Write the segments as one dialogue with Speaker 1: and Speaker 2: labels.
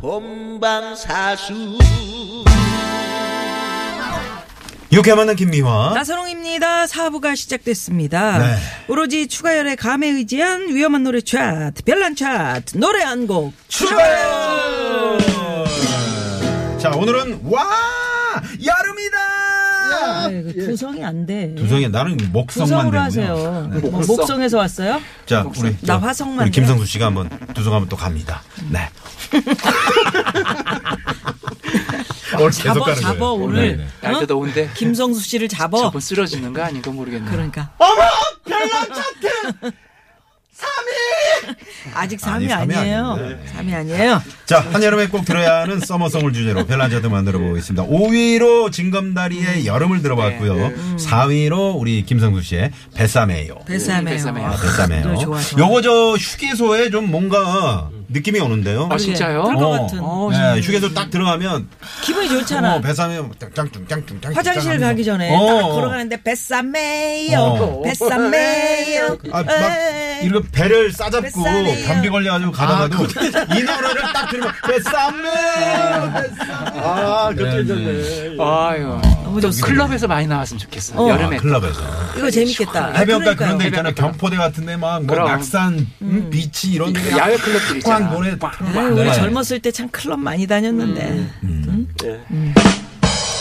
Speaker 1: 본방사수
Speaker 2: 이렇게 만난 김미화.
Speaker 3: 나선홍입니다. 사부가 시작됐습니다.
Speaker 2: 어? 네.
Speaker 3: 오로지 추가열의 감에 의지한 위험한 노래 차트, 별난 차트, 노래 한 곡.
Speaker 2: 추가요! 자, 오늘은 와! 여름이다!
Speaker 3: 아, 이거 구성이 안 돼.
Speaker 2: 두성이 나는 목성만
Speaker 3: 구성으로
Speaker 2: 되고요.
Speaker 3: 하세요.
Speaker 2: 네.
Speaker 3: 뭐, 목성에서 왔어요?
Speaker 2: 자, 우리 저,
Speaker 3: 나 화성만
Speaker 2: 우리
Speaker 3: 돼.
Speaker 2: 김성수 씨가 한번 두성 한번 또 갑니다. 네. 오늘 계속
Speaker 3: 잡아,
Speaker 2: 가는
Speaker 3: 잡아,
Speaker 2: 거예요.
Speaker 3: 오늘.
Speaker 2: 네, 네.
Speaker 3: 어?
Speaker 4: 날도 더운데
Speaker 3: 김성수 씨를 잡아.
Speaker 4: 저번 쓰러지는 거 아닌가 모르겠네.
Speaker 3: 그러니까.
Speaker 1: 어머 별난 차트 3위
Speaker 3: 아직 삼위
Speaker 2: 아니, 삼위
Speaker 3: 아니에요.
Speaker 2: 아닙니다. 네.
Speaker 3: 삼위 아니에요.
Speaker 2: 자, 한여름에 꼭 들어야 하는 서머송을 주제로 별난 자도 만들어 보겠습니다. 5위로 진검다리의 여름을 들어봤고요.
Speaker 3: 네, 음.
Speaker 2: 4위로 우리 김성수 씨의 뱃삼에요.
Speaker 3: 배삼해요.
Speaker 4: 배삼해요.
Speaker 2: 아, 뱃삼에요.
Speaker 3: 노래 좋아, 좋아.
Speaker 2: 요거 저 휴게소에 좀 뭔가 느낌이 오는데요.
Speaker 4: 아, 진짜요?
Speaker 3: 그럴 것
Speaker 2: 어,
Speaker 3: 같은.
Speaker 4: 어,
Speaker 2: 네, 휴게소 딱 들어가면
Speaker 3: 기분이 좋잖아.
Speaker 2: 어, 배삼에 짱짱 짱짱 짱.
Speaker 3: 화장실 가기 전에 딱 걸어가는데 뱃삼매요
Speaker 2: 어.
Speaker 3: 뱃삼매요
Speaker 2: 아막 이거 배를 싸잡고
Speaker 3: 뱃살이요. 아,
Speaker 2: 감기 걸려가지고 가다가도 이 노래를 딱 들으면 뱃삼에 아 그때
Speaker 4: 아유.
Speaker 3: 어, 너무 좋습니다.
Speaker 4: 클럽에서 많이 나왔으면 좋겠어.
Speaker 3: 어.
Speaker 4: 여름에.
Speaker 2: 아, 클럽에서
Speaker 3: 이거 재밌겠다 아,
Speaker 2: 해변가 그런 데
Speaker 3: 그러니까요.
Speaker 2: 있잖아. 경포대 같은 데막 뭐
Speaker 4: 그럼.
Speaker 2: 낙산 음, 비치 이런 데
Speaker 4: 야외 클럽들 있잖아.
Speaker 2: 꽝 노래
Speaker 3: 아유,
Speaker 2: 틀어놓고.
Speaker 3: 우리
Speaker 2: 네.
Speaker 3: 젊었을 때 참 클럽 많이 다녔는데. 음?
Speaker 4: 예.
Speaker 3: 음.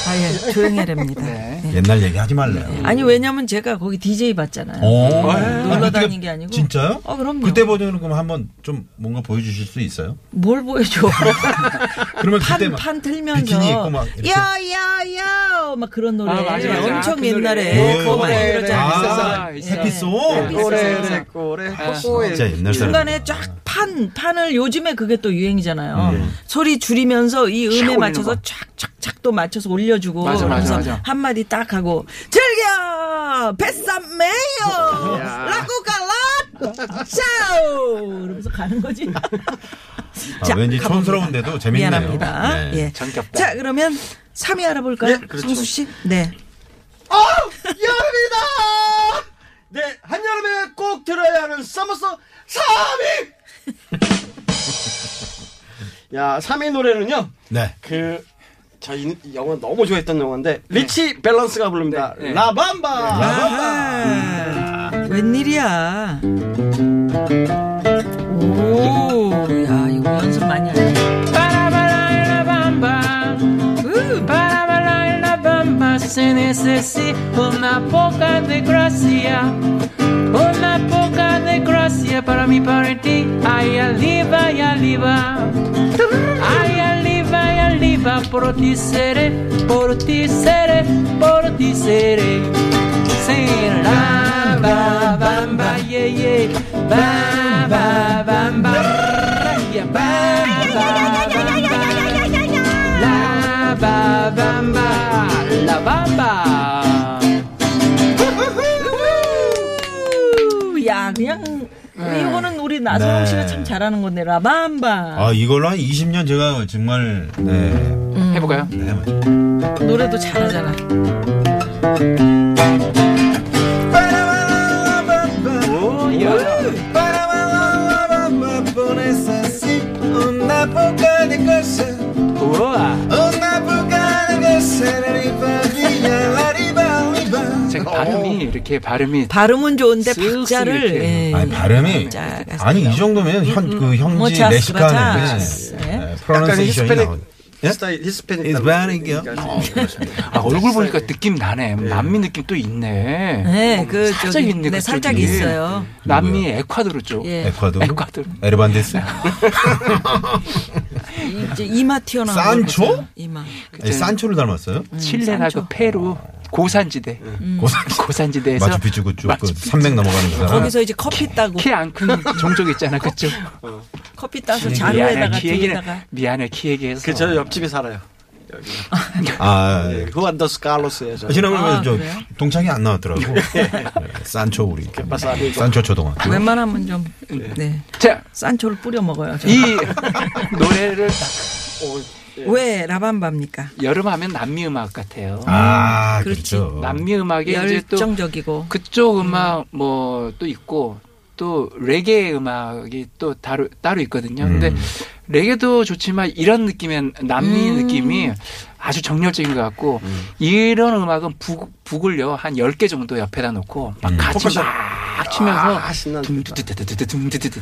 Speaker 3: 아, 예, 조용해랍니다.
Speaker 4: 네.
Speaker 2: 옛날 얘기 하지 말래요.
Speaker 3: 아니, 왜냐면 제가 거기 DJ 봤잖아요.
Speaker 2: 오.
Speaker 3: 놀러
Speaker 2: 어. 아니,
Speaker 3: 다닌
Speaker 2: 그때-
Speaker 3: 게 아니고.
Speaker 2: 진짜요?
Speaker 3: 어, 그럼요.
Speaker 2: 그때 버전으로 그럼 한번 좀 뭔가 보여주실 수 있어요?
Speaker 3: 뭘 보여줘.
Speaker 2: 그러면 그때
Speaker 3: 판,
Speaker 2: 막
Speaker 3: 판 틀면서.
Speaker 2: 비키니 입고 막 이렇게.
Speaker 3: 야, 야, 야! 막 그런 노래.
Speaker 4: 아, 맞아, 맞아.
Speaker 3: 엄청
Speaker 4: 그
Speaker 3: 옛날에.
Speaker 4: 노래. 네.
Speaker 2: 오.
Speaker 3: 네, 그거 많이 들었잖아요.
Speaker 2: 아,
Speaker 4: 있었어. 네.
Speaker 2: 해피송.
Speaker 3: 네. 꼬레레
Speaker 5: 꼬레
Speaker 2: 네. 진짜 옛날 사람.
Speaker 3: 중간에 쫙 판, 판을 요즘에 그게 또 유행이잖아요.
Speaker 4: 네.
Speaker 3: 소리 줄이면서 이 음에
Speaker 4: 올리는
Speaker 3: 맞춰서
Speaker 4: 거.
Speaker 3: 쫙쫙쫙 또 맞춰서 올려주고.
Speaker 4: 맞아, 맞아,
Speaker 3: 그래서
Speaker 4: 맞아.
Speaker 3: 한마디 딱 하고, 즐겨! 뱃삼 메요! 라쿠가 라! 짜오! 이러면서 가는 거지.
Speaker 2: 아,
Speaker 3: 자,
Speaker 2: 왠지
Speaker 3: 가봅니다.
Speaker 2: 촌스러운데도 재밌네요.
Speaker 3: 미안합니다.
Speaker 2: 네.
Speaker 3: 예.
Speaker 4: 정겹다. 그렇죠.
Speaker 3: 자, 그러면 3위 알아볼까요? 성수 씨? 네.
Speaker 5: 여름이다 네 한여름에 꼭 들어야 하는 서머서 3위 야 3위 노래는요
Speaker 2: 네.
Speaker 5: 그 저희 영화 너무 좋아했던 영화인데 리치 밸런스가 부릅니다 예.
Speaker 4: 네, 네.
Speaker 5: 라밤바
Speaker 3: 아하,
Speaker 4: Pues
Speaker 3: 웬일이야. 오, 야, 이거 연습 많이 하네.
Speaker 4: Uh,
Speaker 3: 으,
Speaker 4: Ay, aliva, ay, aliva, por ti seré, por ti seré, por ti seré. Será. Ba, ba, ba, yeah,
Speaker 3: 예,
Speaker 4: yeah. Ba, ba, ba, ba, yeah. Ba, ba, ba, ba. La, ba, ba, ba, la, ba, ba.
Speaker 3: 으, 야, 그냥 이거는 우리 나선홍
Speaker 2: 네.
Speaker 3: 씨가 참 잘하는 건데 라밤바
Speaker 2: 아, 이걸로 한 20년 제가 정말, 네.
Speaker 3: 음.
Speaker 4: 해볼까요?
Speaker 2: 네.
Speaker 3: 노래도 잘하잖아.
Speaker 4: 제가 발음이 이렇게 발음이
Speaker 3: 발음은 좋은데
Speaker 4: 쓱쓱
Speaker 3: 박자를
Speaker 4: 이렇게.
Speaker 3: 예.
Speaker 2: 아니, 발음이.
Speaker 3: 자,
Speaker 2: 아니, 이 정도면 현, 그
Speaker 3: 뭐,
Speaker 2: 현지
Speaker 3: 자,
Speaker 2: 레시카는
Speaker 3: 자, 예.
Speaker 5: 약간
Speaker 2: 프로넌세이션이 예?
Speaker 5: 히스패닉
Speaker 2: 나오죠.
Speaker 5: 스타일 히스패닉
Speaker 2: 히스패닉이요?
Speaker 5: 그러니까.
Speaker 4: 아, 얼굴 보니까 느낌 나네. 남미 느낌 또 있네.
Speaker 3: 네, 그
Speaker 4: 살짝
Speaker 3: 저기,
Speaker 4: 있네.
Speaker 3: 네,
Speaker 4: 그쪽이.
Speaker 3: 살짝 있어요.
Speaker 4: 남미 에콰도르 쪽.
Speaker 5: 네.
Speaker 3: 예.
Speaker 2: 에콰도르.
Speaker 4: 에콰도르.
Speaker 3: 네.
Speaker 2: 에르반데스.
Speaker 3: 이- 이제 이마 튀어나오는
Speaker 2: 산초?
Speaker 3: 거 보세요. 이마.
Speaker 2: 예, 산초를 닮았어요?
Speaker 4: 칠레나 그 페루 고산지대.
Speaker 2: 고산.
Speaker 4: 고산지대에서
Speaker 2: 어. 예. 음. 마추픽추 쭉, 그 네.
Speaker 4: 마추픽추.
Speaker 2: 300 넘어가는 그 사람.
Speaker 3: 거기서 이제 커피 따고
Speaker 4: 키 안 큰 종족 있잖아. 그쪽.
Speaker 3: 커피 따서
Speaker 4: 미안해.
Speaker 3: 자루에다가
Speaker 4: 키 얘기는
Speaker 3: 뒤에다가
Speaker 2: 그
Speaker 4: 미안해. 키 얘기해서.
Speaker 5: 그, 저 옆집에 살아요. 여기 네,
Speaker 2: 아, 예.
Speaker 5: 후안더스 칼로스에서
Speaker 2: 지난번에
Speaker 3: 네. 아,
Speaker 2: 저
Speaker 3: 그래요? 예.
Speaker 2: 동창이 안 나왔더라고. 네, 산초 우리.
Speaker 3: 아,
Speaker 2: 네,
Speaker 5: 빠싸리.
Speaker 2: 산초 초등학. 교
Speaker 3: 웬만하면 좀 네.
Speaker 4: 자,
Speaker 3: 산초를 뿌려 먹어요. 저는.
Speaker 4: 이 노래를
Speaker 3: 왜 라밤바입니까?
Speaker 4: 여름하면 남미 음악 같아요.
Speaker 2: 아,
Speaker 3: 그렇지.
Speaker 2: 그렇죠.
Speaker 4: 남미 음악에 이제 또
Speaker 3: 열정적이고
Speaker 4: 그쪽 음악 뭐 또 있고 또 레게 음악이 또 따로 따로 있거든요. 근데
Speaker 2: 음.
Speaker 4: 레게도 좋지만 이런 느낌의 남미 느낌이 아주 정열적인 것 같고
Speaker 2: 음.
Speaker 4: 이런 음악은 북, 북을요 한 10개 정도 옆에다 놓고 막
Speaker 2: 음.
Speaker 4: 같이 막 치면서
Speaker 5: 아, 신난다.
Speaker 4: 둠두두두두두두두두두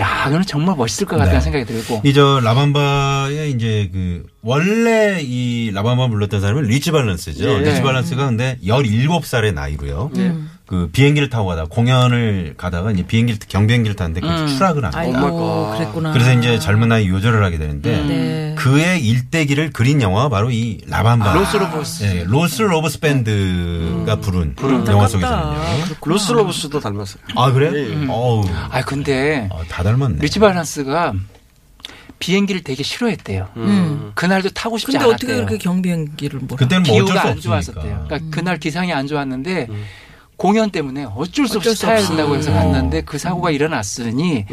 Speaker 4: 야, 그는 정말 멋있을 것 같다는
Speaker 2: 네.
Speaker 4: 생각이 들고
Speaker 2: 이저 라밤바의 이제 그 원래 이 라밤바 불렀던 사람은 리치 발런스죠.
Speaker 5: 예.
Speaker 2: 리치 발런스가 근데 17살의 나이로요.
Speaker 3: 예.
Speaker 2: 그 비행기를 타고 가다 공연을 가다가 이제 비행기를 경비행기를 탔는데 거기서 추락을 합니다.
Speaker 3: 음. 아이고 아.
Speaker 5: 엄마가.
Speaker 3: 그랬구나.
Speaker 2: 그래서 이제 젊은 나이 요절을 하게 되는데
Speaker 3: 네.
Speaker 2: 그의 일대기를 그린 영화가 바로 이 라밤바.
Speaker 4: 로스 로보스
Speaker 2: 예, 로스 로브스 밴드가
Speaker 3: 음.
Speaker 2: 부른,
Speaker 3: 그
Speaker 2: 영화 속에서는요.
Speaker 5: 로스로브스도 닮았어요.
Speaker 2: 아 그래요?
Speaker 5: 예.
Speaker 2: 어우,
Speaker 4: 아 근데
Speaker 2: 아, 다 닮았네.
Speaker 4: 리치 발란스가 비행기를 되게 싫어했대요.
Speaker 2: 음.
Speaker 4: 그날도 타고 싶지
Speaker 3: 근데
Speaker 4: 않았대요.
Speaker 3: 어떻게 그렇게 경비행기를 몰아?
Speaker 2: 그때는 뭐 어쩔
Speaker 4: 기후가
Speaker 2: 수
Speaker 4: 안 좋았었대요.
Speaker 2: 없으니까.
Speaker 4: 그러니까
Speaker 3: 음.
Speaker 4: 그날 기상이 안 좋았는데 공연 때문에 어쩔 수 없이
Speaker 3: 어쩔 수
Speaker 4: 타야
Speaker 3: 없이.
Speaker 4: 된다고 해서
Speaker 2: 음.
Speaker 4: 갔는데 그 사고가 일어났으니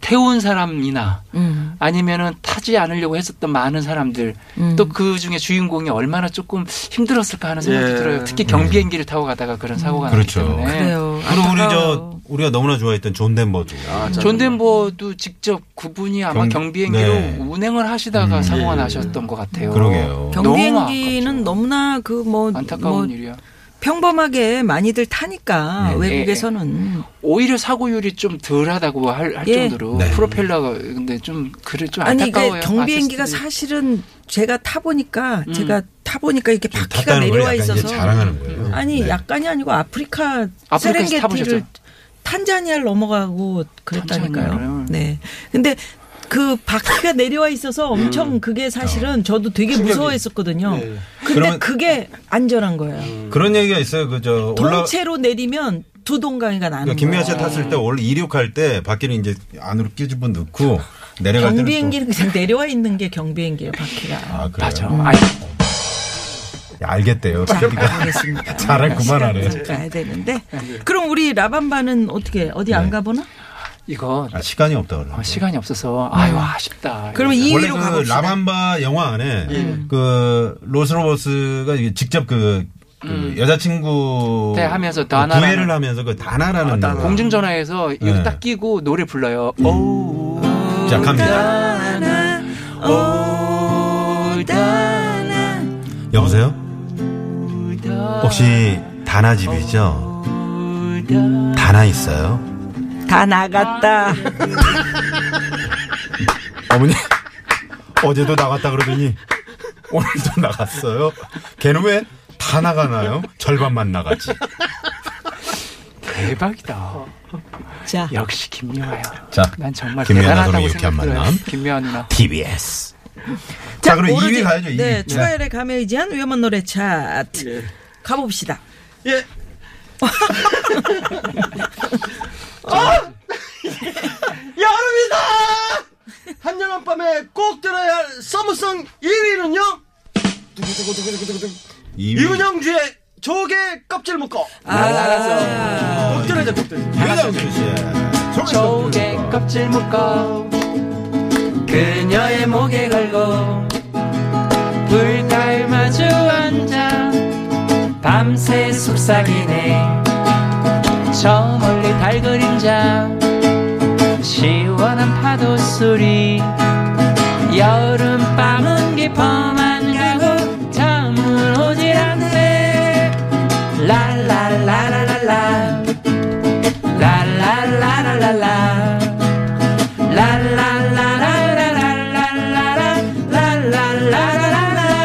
Speaker 4: 태운 사람이나
Speaker 3: 음.
Speaker 4: 아니면은 타지 않으려고 했었던 많은 사람들 또 그 중에 주인공이 얼마나 조금 힘들었을까 하는 생각이
Speaker 5: 예.
Speaker 4: 들어요. 특히 경비행기를 타고 가다가 그런 사고가
Speaker 2: 음. 그렇죠.
Speaker 4: 났기 때문에
Speaker 3: 음. 그래요.
Speaker 2: 그리고 우리 저
Speaker 3: 안타까워요.
Speaker 2: 우리가 너무나 좋아했던 존 덴버도
Speaker 4: 존 덴버도 직접 그분이 아마
Speaker 2: 경-
Speaker 4: 경, 비행기로
Speaker 2: 네.
Speaker 4: 운행을 하시다가
Speaker 2: 음.
Speaker 4: 사고가 나셨던 것 같아요.
Speaker 2: 그러게요.
Speaker 3: 경비행기는 너무나 그뭐
Speaker 4: 너무
Speaker 3: 뭐
Speaker 4: 안타까운 일이야.
Speaker 3: 평범하게 많이들 타니까
Speaker 2: 네.
Speaker 3: 외국에서는
Speaker 4: 오히려 사고율이 좀 덜하다고 할, 할
Speaker 3: 예.
Speaker 4: 정도로
Speaker 2: 네.
Speaker 4: 프로펠러가 근데 좀 그래 좀
Speaker 3: 아니
Speaker 4: 안타까워요.
Speaker 3: 이게 경비행기가
Speaker 4: 아티스트들이. 음.
Speaker 3: 사실은 제가 타보니까 제가 타보니까 이렇게
Speaker 2: 좀
Speaker 3: 바퀴가
Speaker 2: 탔다는 걸
Speaker 3: 내려와
Speaker 2: 약간 이제
Speaker 3: 있어서 음.
Speaker 2: 자랑하는 거예요.
Speaker 3: 아니
Speaker 2: 네.
Speaker 3: 약간이 아니고 아프리카
Speaker 4: 아프리카에서
Speaker 3: 세렝게티를
Speaker 4: 타보셨죠?
Speaker 3: 탄자니아를 넘어가고 그랬다니까요.
Speaker 4: 탄자니아를.
Speaker 3: 네. 근데 그 바퀴가 내려와 있어서
Speaker 4: 음.
Speaker 3: 엄청 그게
Speaker 4: 어.
Speaker 3: 사실은 저도 되게 무서워했었거든요.
Speaker 5: 네.
Speaker 3: 근데
Speaker 2: 그러면-
Speaker 3: 그게 안전한 거예요.
Speaker 4: 음.
Speaker 2: 그런 얘기가 있어요. 그저 올라
Speaker 3: 동체로 내리면 두 동강이가 나는
Speaker 2: 그러니까 김미아
Speaker 3: 거예요.
Speaker 2: 씨 탔을 때 원래 이륙할 때 바퀴를 이제 안으로 끼집어 넣고 내려갈 때는
Speaker 3: 경비행기는 그냥 내려와 있는 게 경비행기예요,
Speaker 2: 또-
Speaker 3: 바퀴가.
Speaker 2: 아 그래요.
Speaker 4: 맞아. 아니,
Speaker 2: 야, 알겠대요.
Speaker 3: 자,
Speaker 2: 그러니까
Speaker 3: 가보겠습니다.
Speaker 2: 자랑 그만하네.
Speaker 3: 시간 가야 되는데. 그럼 우리 라밤바는 어떻게 어디
Speaker 2: 네.
Speaker 3: 안 가보나?
Speaker 4: 이거
Speaker 2: 아, 시간이 없다 그래.
Speaker 4: 어, 시간이 없어서 아유
Speaker 3: 음.
Speaker 4: 아쉽다.
Speaker 3: 그러면
Speaker 2: 원래
Speaker 3: 2위로
Speaker 2: 그
Speaker 3: 가봅시다.
Speaker 2: 라밤바 영화 안에 그 로스로버스가 이게 직접 그, 그 여자친구
Speaker 4: 네, 하면서
Speaker 2: 그
Speaker 4: 다나라는-
Speaker 2: 구애를 하면서 그 다나라는 노래.
Speaker 4: 공중 전화에서 이거
Speaker 2: 네. 음.
Speaker 4: 딱 끼고 노래 불러요. 오.
Speaker 2: 시작합니다.
Speaker 3: 다나, 오, 다나.
Speaker 2: 여보세요?
Speaker 4: 아. 어,
Speaker 2: 혹시 다나 집이죠? 다나 있어요?
Speaker 3: 다 아, 나갔다.
Speaker 2: 어머니 어제도 나갔다 그러더니 오늘도 나갔어요. 걔는 왜 다 나가나요? 절반만 나가지.
Speaker 4: 대박이다.
Speaker 3: 자,
Speaker 4: 역시 김미화야.
Speaker 2: 자,
Speaker 4: 난 정말
Speaker 2: 김미화
Speaker 4: 대단하다고
Speaker 2: 나선홍의 유쾌한
Speaker 4: 생각해요.
Speaker 2: 만남.
Speaker 4: 김미화 누나.
Speaker 2: TBS. 자,
Speaker 3: 자,
Speaker 2: 아, 그럼
Speaker 3: 오로지-
Speaker 2: 2위 가야죠. 2위.
Speaker 3: 네, 추가열의 감에 의지한 위험한 노래 차트
Speaker 5: 예.
Speaker 3: 가봅시다.
Speaker 2: 네.
Speaker 5: 예. 여름이다! 한여름 밤에 꼭 들어야 할 서머송 1위는요? 두구두구두구두구두구.
Speaker 2: 2위.
Speaker 5: 이은영주의 조개 껍질 묶어.
Speaker 3: 아, 알았어.
Speaker 5: 꼭 들어야 돼, 꼭 들어야
Speaker 2: 예.
Speaker 5: 돼.
Speaker 2: 유현수 씨.
Speaker 4: 조개 껍질 묶어 그녀의 목에 걸고 불가에 마주 앉아 밤새 속삭이네 저 멀리 달 그림자 시원한 파도 소리 여름밤은 깊어만 가고 잠은 오질 않네 랄랄라라라라 라라라라라라 라라라라라라라라 라라라라라라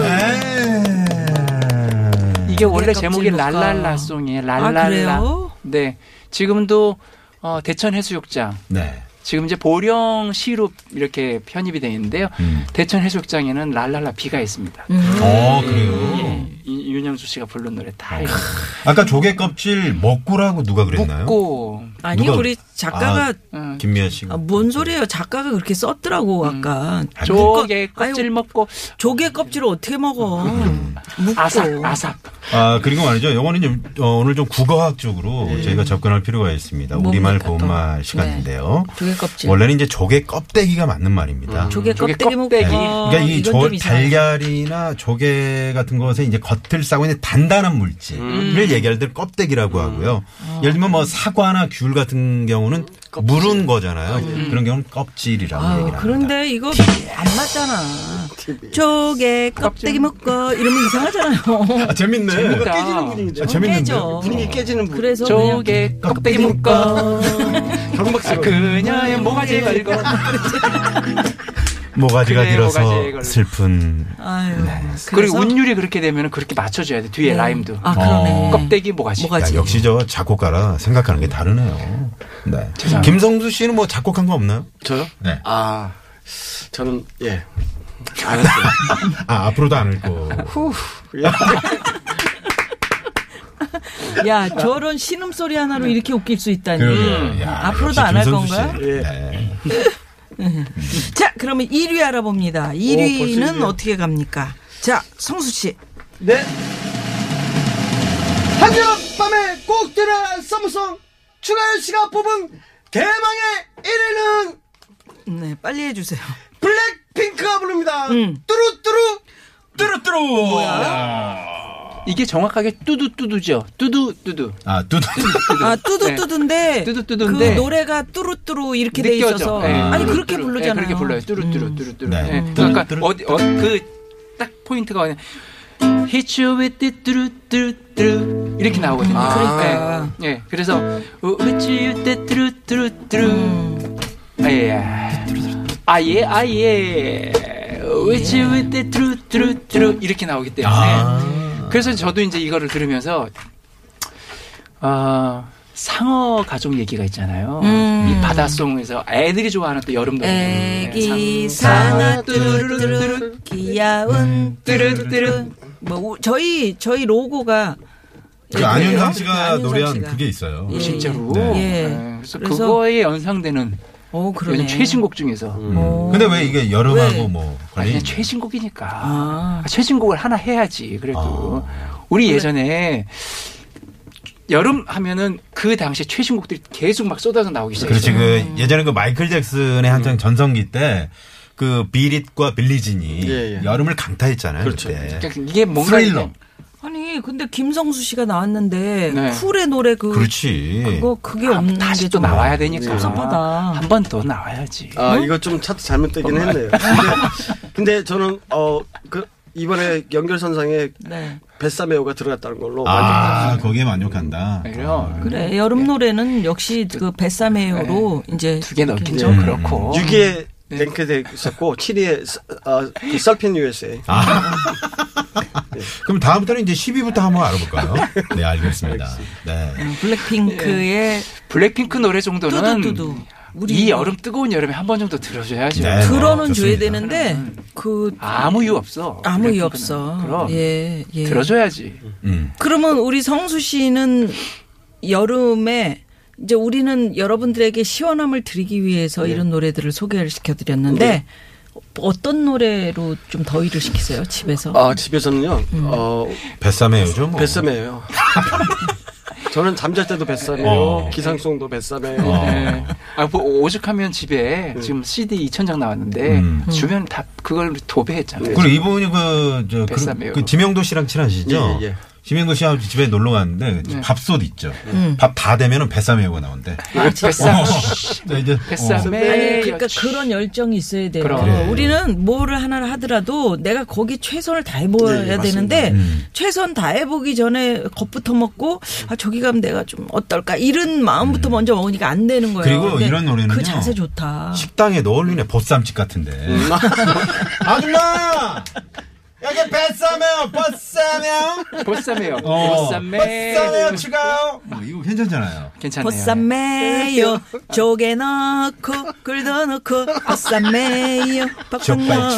Speaker 2: 예. 네.
Speaker 4: 이게 원래
Speaker 3: 껍질
Speaker 4: 제목이
Speaker 3: 묶어.
Speaker 4: 랄랄라송이에요.
Speaker 3: 아,
Speaker 4: 랄랄라.
Speaker 3: 그래요?
Speaker 4: 네. 지금도 어, 대천 해수욕장.
Speaker 2: 네.
Speaker 4: 지금 이제 보령시로 이렇게 편입이 돼 있는데요.
Speaker 2: 음.
Speaker 4: 대천 해수욕장에는 랄랄라 비가 있습니다.
Speaker 2: 어, 그래요.
Speaker 4: 예, 이- 윤영수 씨가 부른 노래 다
Speaker 2: 아까 조개 껍질 먹고라고 누가 그랬나요?
Speaker 4: 먹고
Speaker 3: 아니
Speaker 2: 누가- 아.
Speaker 3: 우리 작가가
Speaker 2: 김미연 씨.
Speaker 3: 아, 뭔 소리예요? 작가가 그렇게 썼더라고 아까.
Speaker 4: 음. 조개
Speaker 3: 아유,
Speaker 4: 껍질 먹고
Speaker 3: 조개 껍질을 어떻게 먹어? 묵고.
Speaker 4: 아삭 아삭.
Speaker 2: 아 그리고 말이죠. 요거는 좀, 어, 오늘 좀 국어학적으로 저희가 접근할 필요가 있습니다. 우리말
Speaker 3: 뭡니까, 또?
Speaker 2: 고운말 시간인데요.
Speaker 3: 조개 껍질.
Speaker 2: 원래는 이제 조개 껍데기가 맞는 말입니다.
Speaker 3: 조개
Speaker 4: 조개
Speaker 3: 껍데기 먹고.
Speaker 4: 껍데기.
Speaker 2: 그러니까 이
Speaker 3: 어, 이건
Speaker 2: 조,
Speaker 3: 좀 이상하다.
Speaker 2: 달걀이나 조개 같은 것에 이제 겉을 싸고 있는 단단한 물질을 얘기할 때 껍데기라고 하고요. 예를 들면 뭐 사과나 귤 같은 경우는 물은 거잖아요. 그런 경우는 껍질이라고
Speaker 3: 아유,
Speaker 2: 얘기합니다.
Speaker 3: 그런데 이거 안 맞잖아. 조개 껍데기 먹고 이러면 이상하잖아요.
Speaker 2: 아, 재밌네.
Speaker 4: 재밌다.
Speaker 5: 깨지는 분위기죠.
Speaker 2: 아, 재밌는데.
Speaker 3: 깨져.
Speaker 5: 분위기 깨지는 분.
Speaker 3: 그래서 그냥
Speaker 4: 조개 껍데기 묶어
Speaker 5: 경박스러워.
Speaker 4: 그녀의 모가지 걸고
Speaker 2: 뭐 모가지가
Speaker 4: 그래,
Speaker 2: 길어서
Speaker 4: 모가지에 걸려.
Speaker 2: 슬픈.
Speaker 3: 아유.
Speaker 4: 네. 그리고
Speaker 3: 그래서?
Speaker 4: 운율이 그렇게 되면 그렇게 맞춰줘야 돼 뒤에 라임도
Speaker 3: 아 그러네.
Speaker 2: 어.
Speaker 4: 껍데기 모가지
Speaker 3: 뭐가
Speaker 2: 야, 역시 저 작곡가라 생각하는 게 다르네요. 네.
Speaker 4: 죄송합니다.
Speaker 2: 김성수 씨는 뭐 작곡한 거 없나요?
Speaker 5: 저요?
Speaker 2: 네.
Speaker 5: 아, 저는 예. 알았어요.
Speaker 2: 아, 앞으로도 안 읽고.
Speaker 5: 예.
Speaker 3: 야 저런 신음 소리
Speaker 4: 네.
Speaker 3: 하나로 이렇게 웃길 수 있다니.
Speaker 2: 그러게요. 야,
Speaker 3: 음. 앞으로도
Speaker 2: 역시
Speaker 3: 안할
Speaker 2: 김성수 씨.
Speaker 3: 건가요?
Speaker 2: 네.
Speaker 3: 자 그러면 1위 알아봅니다.
Speaker 5: 벌써
Speaker 3: 1위는
Speaker 5: 일위예요?
Speaker 3: 어떻게 갑니까? 자 성수 씨.
Speaker 5: 네. 한여름 밤에 꼭 들어야 할 서머송 추가열 씨가 뽑은 대망의 1위는
Speaker 3: 네 빨리 해주세요.
Speaker 5: 블랙핑크가 부릅니다. 뚜루뚜루
Speaker 2: 뚜루뚜루!
Speaker 4: 이게 정확하게 뚜두뚜두죠 뚜두뚜두
Speaker 2: 아, 뚜두.
Speaker 3: 아 뚜두뚜두인데
Speaker 4: 네. 뚜두뚜두인데
Speaker 3: 그 노래가 뚜루뚜루 이렇게 돼
Speaker 4: 느껴져
Speaker 3: 있어서
Speaker 4: 네.
Speaker 3: 아니 그렇게
Speaker 4: 뚜루뚜루.
Speaker 3: 부르잖아요.
Speaker 4: 네, 그렇게 불러요 뚜루뚜루 뚜루뚜루
Speaker 2: 네.
Speaker 4: 네.
Speaker 2: 음.
Speaker 4: 그러니까
Speaker 2: 뚜루뚜루.
Speaker 4: 어디 어그딱 포인트가 그냥 Hit you with the 뚜루뚜루뚜루 이렇게 나오거든요
Speaker 3: 그러니까.
Speaker 4: 네. 네. 그래서 어, Hit you with the
Speaker 3: 음.
Speaker 4: 뚜루뚜루뚜루 아예 아예 아예 Hit
Speaker 3: 예.
Speaker 4: you with the 뚜루뚜루뚜루 이렇게 나오기 때문에
Speaker 2: 아.
Speaker 4: 그래서 저도 이제 이거를 들으면서 아 상어 가족 얘기가 있잖아요.
Speaker 3: 음.
Speaker 4: 이 바다송에서 애들이 좋아하는 또 여름 노래. 네, 예,
Speaker 3: 애기 상아 뚜루뚜루 귀여운 뚜루뚜루 뭐 우- 저희 저희 로고가
Speaker 2: 그 안윤상 씨가
Speaker 3: 예, 안윤상
Speaker 2: 노래한
Speaker 3: 씨가.
Speaker 2: 그게 있어요.
Speaker 3: 예.
Speaker 4: 진짜로.
Speaker 2: 네.
Speaker 3: 예.
Speaker 4: 네, 그래서,
Speaker 3: 그래서-
Speaker 4: 그거에 연상되는
Speaker 3: 어 그러네.
Speaker 4: 요즘 최신곡 중에서
Speaker 3: 어.
Speaker 2: 음. 근데 왜 이게 여름하고
Speaker 3: 왜?
Speaker 2: 뭐
Speaker 4: 아, 그냥
Speaker 2: 관련이
Speaker 4: 최신곡이니까
Speaker 3: 아.
Speaker 4: 아, 최신곡을 하나 해야지. 그래도 우리 예전에 여름 하면은 그 당시에 최신곡들이 계속 막 쏟아져 나오기 시작했어요.
Speaker 2: 그렇지 그 예전에 그 마이클 잭슨의 한창 전성기 때 그 비릿과 빌리진이
Speaker 5: 예, 예.
Speaker 2: 여름을 강타했잖아요.
Speaker 5: 그렇죠.
Speaker 2: 때
Speaker 4: 그러니까 이게 뭔가
Speaker 2: 스릴러.
Speaker 3: 아니 근데 김성수 씨가 나왔는데
Speaker 4: 네.
Speaker 3: 쿨의 노래 그
Speaker 2: 그렇지.
Speaker 3: 그거 그게 없는
Speaker 4: 음, 다시
Speaker 3: 게좀
Speaker 4: 또 나와야
Speaker 3: 네.
Speaker 4: 되니까
Speaker 3: 섭섭하다.
Speaker 4: 한 번 더 나와야지.
Speaker 3: 어?
Speaker 5: 아, 이거 좀 차트 잘못되긴 했네요. 근데, 근데 저는 어 그 이번에 연결선상에
Speaker 3: 네.
Speaker 5: 뱃사 매우가 들어갔다는 걸로
Speaker 2: 아, 거기에 만족한다.
Speaker 4: 그래요. 예.
Speaker 3: 그래 여름 노래는 역시 그 뱃사메요로 이제
Speaker 4: 두 개
Speaker 3: 음.
Speaker 4: 넣긴 좀 그렇고.
Speaker 5: 6위에
Speaker 3: 네.
Speaker 5: 랭크돼 있었고 7위에 어, 그 썰핀 USA.
Speaker 2: 아. 그럼 다음부터는 이제 10위부터 한번 알아볼까요? 네, 알겠습니다. 네.
Speaker 3: 음,
Speaker 4: 예.
Speaker 3: 블랙핑크의
Speaker 4: 블랙핑크 노래 정도는
Speaker 3: 뚜두뚜두. 우리
Speaker 4: 이
Speaker 3: 이거
Speaker 4: 여름 뜨거운 여름에 한 번 정도 들어줘야죠.
Speaker 2: 네.
Speaker 3: 들어는 줘야
Speaker 2: 좋습니다.
Speaker 3: 되는데 그
Speaker 4: 음, 아무 이유 없어.
Speaker 3: 아무 이유
Speaker 4: 블랙핑크는.
Speaker 3: 없어.
Speaker 4: 그럼
Speaker 3: 예, 예.
Speaker 4: 들어줘야지.
Speaker 2: 음.
Speaker 3: 그러면 우리 성수 씨는 여름에 이제 우리는 여러분들에게 시원함을 드리기 위해서
Speaker 4: 예.
Speaker 3: 이런 노래들을 소개를 시켜드렸는데
Speaker 4: 네.
Speaker 3: 어떤 노래로 좀 더위를 식히세요 집에서?
Speaker 5: 아 집에서는요.
Speaker 3: 음.
Speaker 5: 어
Speaker 2: 뱃삼에 요즘 뭐.
Speaker 5: 뱃삼이에요. 저는 잠잘 때도 뱃삼이에요.
Speaker 2: 어.
Speaker 5: 기상송도 뱃삼이에요.
Speaker 2: 어. 네.
Speaker 4: 네. 아, 뭐 오죽하면 집에 지금 CD 2,000장 나왔는데
Speaker 2: 음. 네.
Speaker 4: 주변 다 그걸 도배했잖아요.
Speaker 2: 그리고 이분이 그, 저, 그,
Speaker 4: 뱃삼이에요.
Speaker 2: 그 지명도 씨랑 친하시죠?
Speaker 5: 예, 예.
Speaker 2: 지명도 씨하고 집에 놀러 갔는데
Speaker 4: 네.
Speaker 2: 밥솥 있죠. 밥 다 되면은 뱃삼에요가 나온대.
Speaker 4: 아, 뱃삼.
Speaker 2: 네, 이제 어.
Speaker 4: 뱃삼에.
Speaker 3: 아니 그러니까 그런 열정이 있어야 돼요.
Speaker 4: 그럼.
Speaker 2: 그래.
Speaker 3: 우리는 뭐를 하나를 하더라도 내가 거기 최선을 다해
Speaker 2: 네,
Speaker 3: 보여야 되는데
Speaker 2: 음.
Speaker 3: 최선 다해 보기 전에 겁부터 먹고 아 저기 가면 내가 좀 어떨까 이런 마음부터 먼저 먹으니까 안 되는 거예요.
Speaker 2: 네. 그리고
Speaker 3: 근데
Speaker 2: 이런 노래는요.
Speaker 3: 그 자세 좋다.
Speaker 2: 음. 식당에 넣어올리네 보쌈집 같은데. 아줌마 여기 뱃사면 뱃사면
Speaker 4: 보쌈이에요.
Speaker 2: 어,
Speaker 4: 보쌈에
Speaker 2: 추가요. 어, 이거 괜찮잖아요.
Speaker 4: 괜찮네요.
Speaker 3: 보쌈매요 조개 넣고 꿀도 넣고 보쌈매요 팍팍
Speaker 2: 족발
Speaker 3: 넣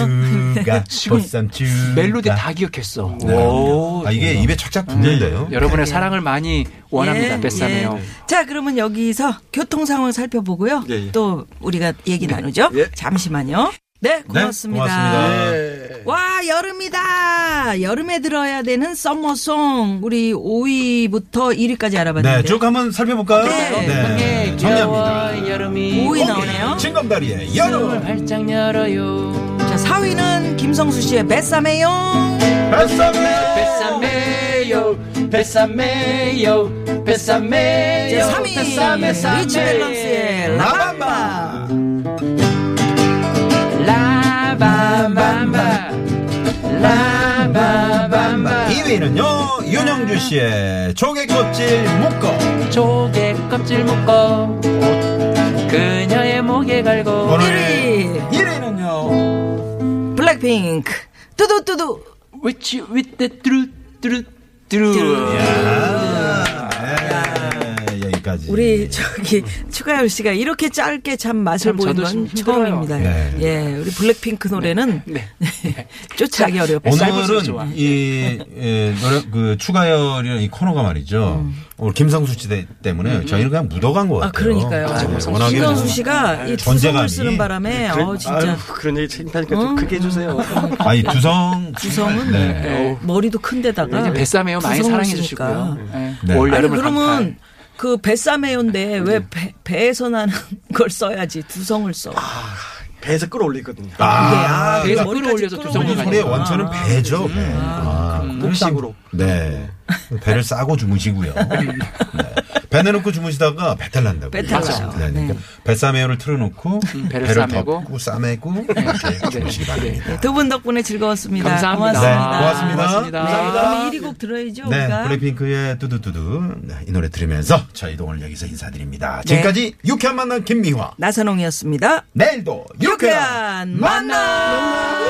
Speaker 2: 추가, 보쌈 추가.
Speaker 4: 음. 멜로디 다 기억했어.
Speaker 2: 그러니까. 네.
Speaker 4: 오, 네.
Speaker 2: 아, 이게 입에 착착 붙는데요.
Speaker 4: 여러분의 사랑을 많이 원합니다.
Speaker 3: 예,
Speaker 4: 뱃삼에요.
Speaker 3: 예. 자, 그러면 여기서 교통 상황 살펴보고요. 또 우리가 얘기 나누죠. 잠시만요. 네, 고맙습니다.
Speaker 2: 고맙습니다.
Speaker 3: 와, 여름이다. 여름에 들어야 되는 썸머송. 우리 5위부터 1위까지 알아봤는데.
Speaker 2: 네, 쭉 한번 살펴볼까요?
Speaker 3: 네.
Speaker 4: 예,
Speaker 2: 정리합니다.
Speaker 4: 귀여워, 여름이
Speaker 3: 5위 나오네요.
Speaker 2: 진검다리의
Speaker 4: 문을
Speaker 2: 여름
Speaker 4: 활짝 열어요.
Speaker 3: 자, 4위는 김성수 씨의 뱃삼에요.
Speaker 2: 뱃사면
Speaker 4: 뱃삼에요, 뱃삼에요, 네, 뱃삼에요.
Speaker 3: 자, 3위. 리치 밸런스의 라밤바.
Speaker 4: 아, 라밤밤바, 라밤밤바.
Speaker 3: 네.
Speaker 2: 2위는요 윤영주 씨의 조개껍질 묶어
Speaker 4: 조개 껍질 묶어 그녀의 목에 갈고
Speaker 2: 오늘
Speaker 3: 1위.
Speaker 2: 1위는요
Speaker 3: 블랙핑크. 뚜두뚜두.
Speaker 4: 위치 위트 뚜루 뚜루 뚜루
Speaker 2: 네, 여기까지
Speaker 3: 우리 저기 추가열 씨가 이렇게 짧게 참 맛을
Speaker 4: 참
Speaker 3: 보인
Speaker 4: 저도
Speaker 3: 건
Speaker 4: 좀 힘들어요.
Speaker 3: 처음입니다.
Speaker 2: 네.
Speaker 3: 예, 우리 블랙핑크 노래는 예,
Speaker 4: 네.
Speaker 3: 쫓아가기 어렵고
Speaker 4: 쌀국수 좋아.
Speaker 2: 오늘은 이, 이 노래 그 추가열이라는 이 코너가 말이죠. 오늘 김성수 씨 때- 때문에 저희는 그냥 묻어간 것 같아요.
Speaker 3: 음. 아 그러니까요.
Speaker 2: 네, 워낙에
Speaker 3: 김광수
Speaker 2: 뭐-
Speaker 3: 씨가
Speaker 2: 존재감이.
Speaker 3: 이 두성을 쓰는 바람에 어 진짜 어.
Speaker 5: 아유, 그런 얘기 창피하니까 좀 크게 해주세요.
Speaker 2: 아니 두성
Speaker 3: 두성은 어,
Speaker 2: 네.
Speaker 4: 네.
Speaker 3: 머리도 큰데다가
Speaker 4: 뱃삼에요 많이
Speaker 3: 두성을
Speaker 4: 사랑해
Speaker 3: 쓰니까.
Speaker 4: 주시고요. 네.
Speaker 2: 네.
Speaker 4: 올
Speaker 3: 아니,
Speaker 4: 여름을
Speaker 3: 그러면 그 뱃삼에요인데 왜 배, 배에서 나는 걸 써야지 두성을 써.
Speaker 5: 배에서 끌어올리거든요.
Speaker 2: 아,
Speaker 3: 네,
Speaker 4: 배에서
Speaker 2: 그러니까
Speaker 4: 끌어올려서
Speaker 2: 우리
Speaker 4: 두성을
Speaker 2: 소리의
Speaker 4: 가지고.
Speaker 2: 원천은 배죠. 배. 아,
Speaker 5: 목식으로.
Speaker 2: 네. 배를 싸고 주무시고요. 네. 배 내놓고 주무시다가 배탈 난다고.
Speaker 3: 배탈 나요.
Speaker 2: 네, 그러니까 뱃사메요를 틀어놓고
Speaker 4: 배를
Speaker 2: 배를,
Speaker 4: 싸매고.
Speaker 2: 덮고 싸매고 이렇게 주무시기 바랍니다.
Speaker 3: 두 분 덕분에 즐거웠습니다.
Speaker 4: 감사합니다.
Speaker 3: 고맙습니다.
Speaker 2: 네, 고맙습니다.
Speaker 3: 그럼 1위 곡 들어야죠.
Speaker 2: 네,
Speaker 3: 우리가.
Speaker 2: 블랙핑크의 뚜두뚜두 네, 이 노래 들으면서 저희도 오늘 여기서 인사드립니다. 지금까지 유쾌한 만남 김미화.
Speaker 3: 나선홍이었습니다.
Speaker 2: 내일도 유쾌한
Speaker 3: 유쾌한 만남!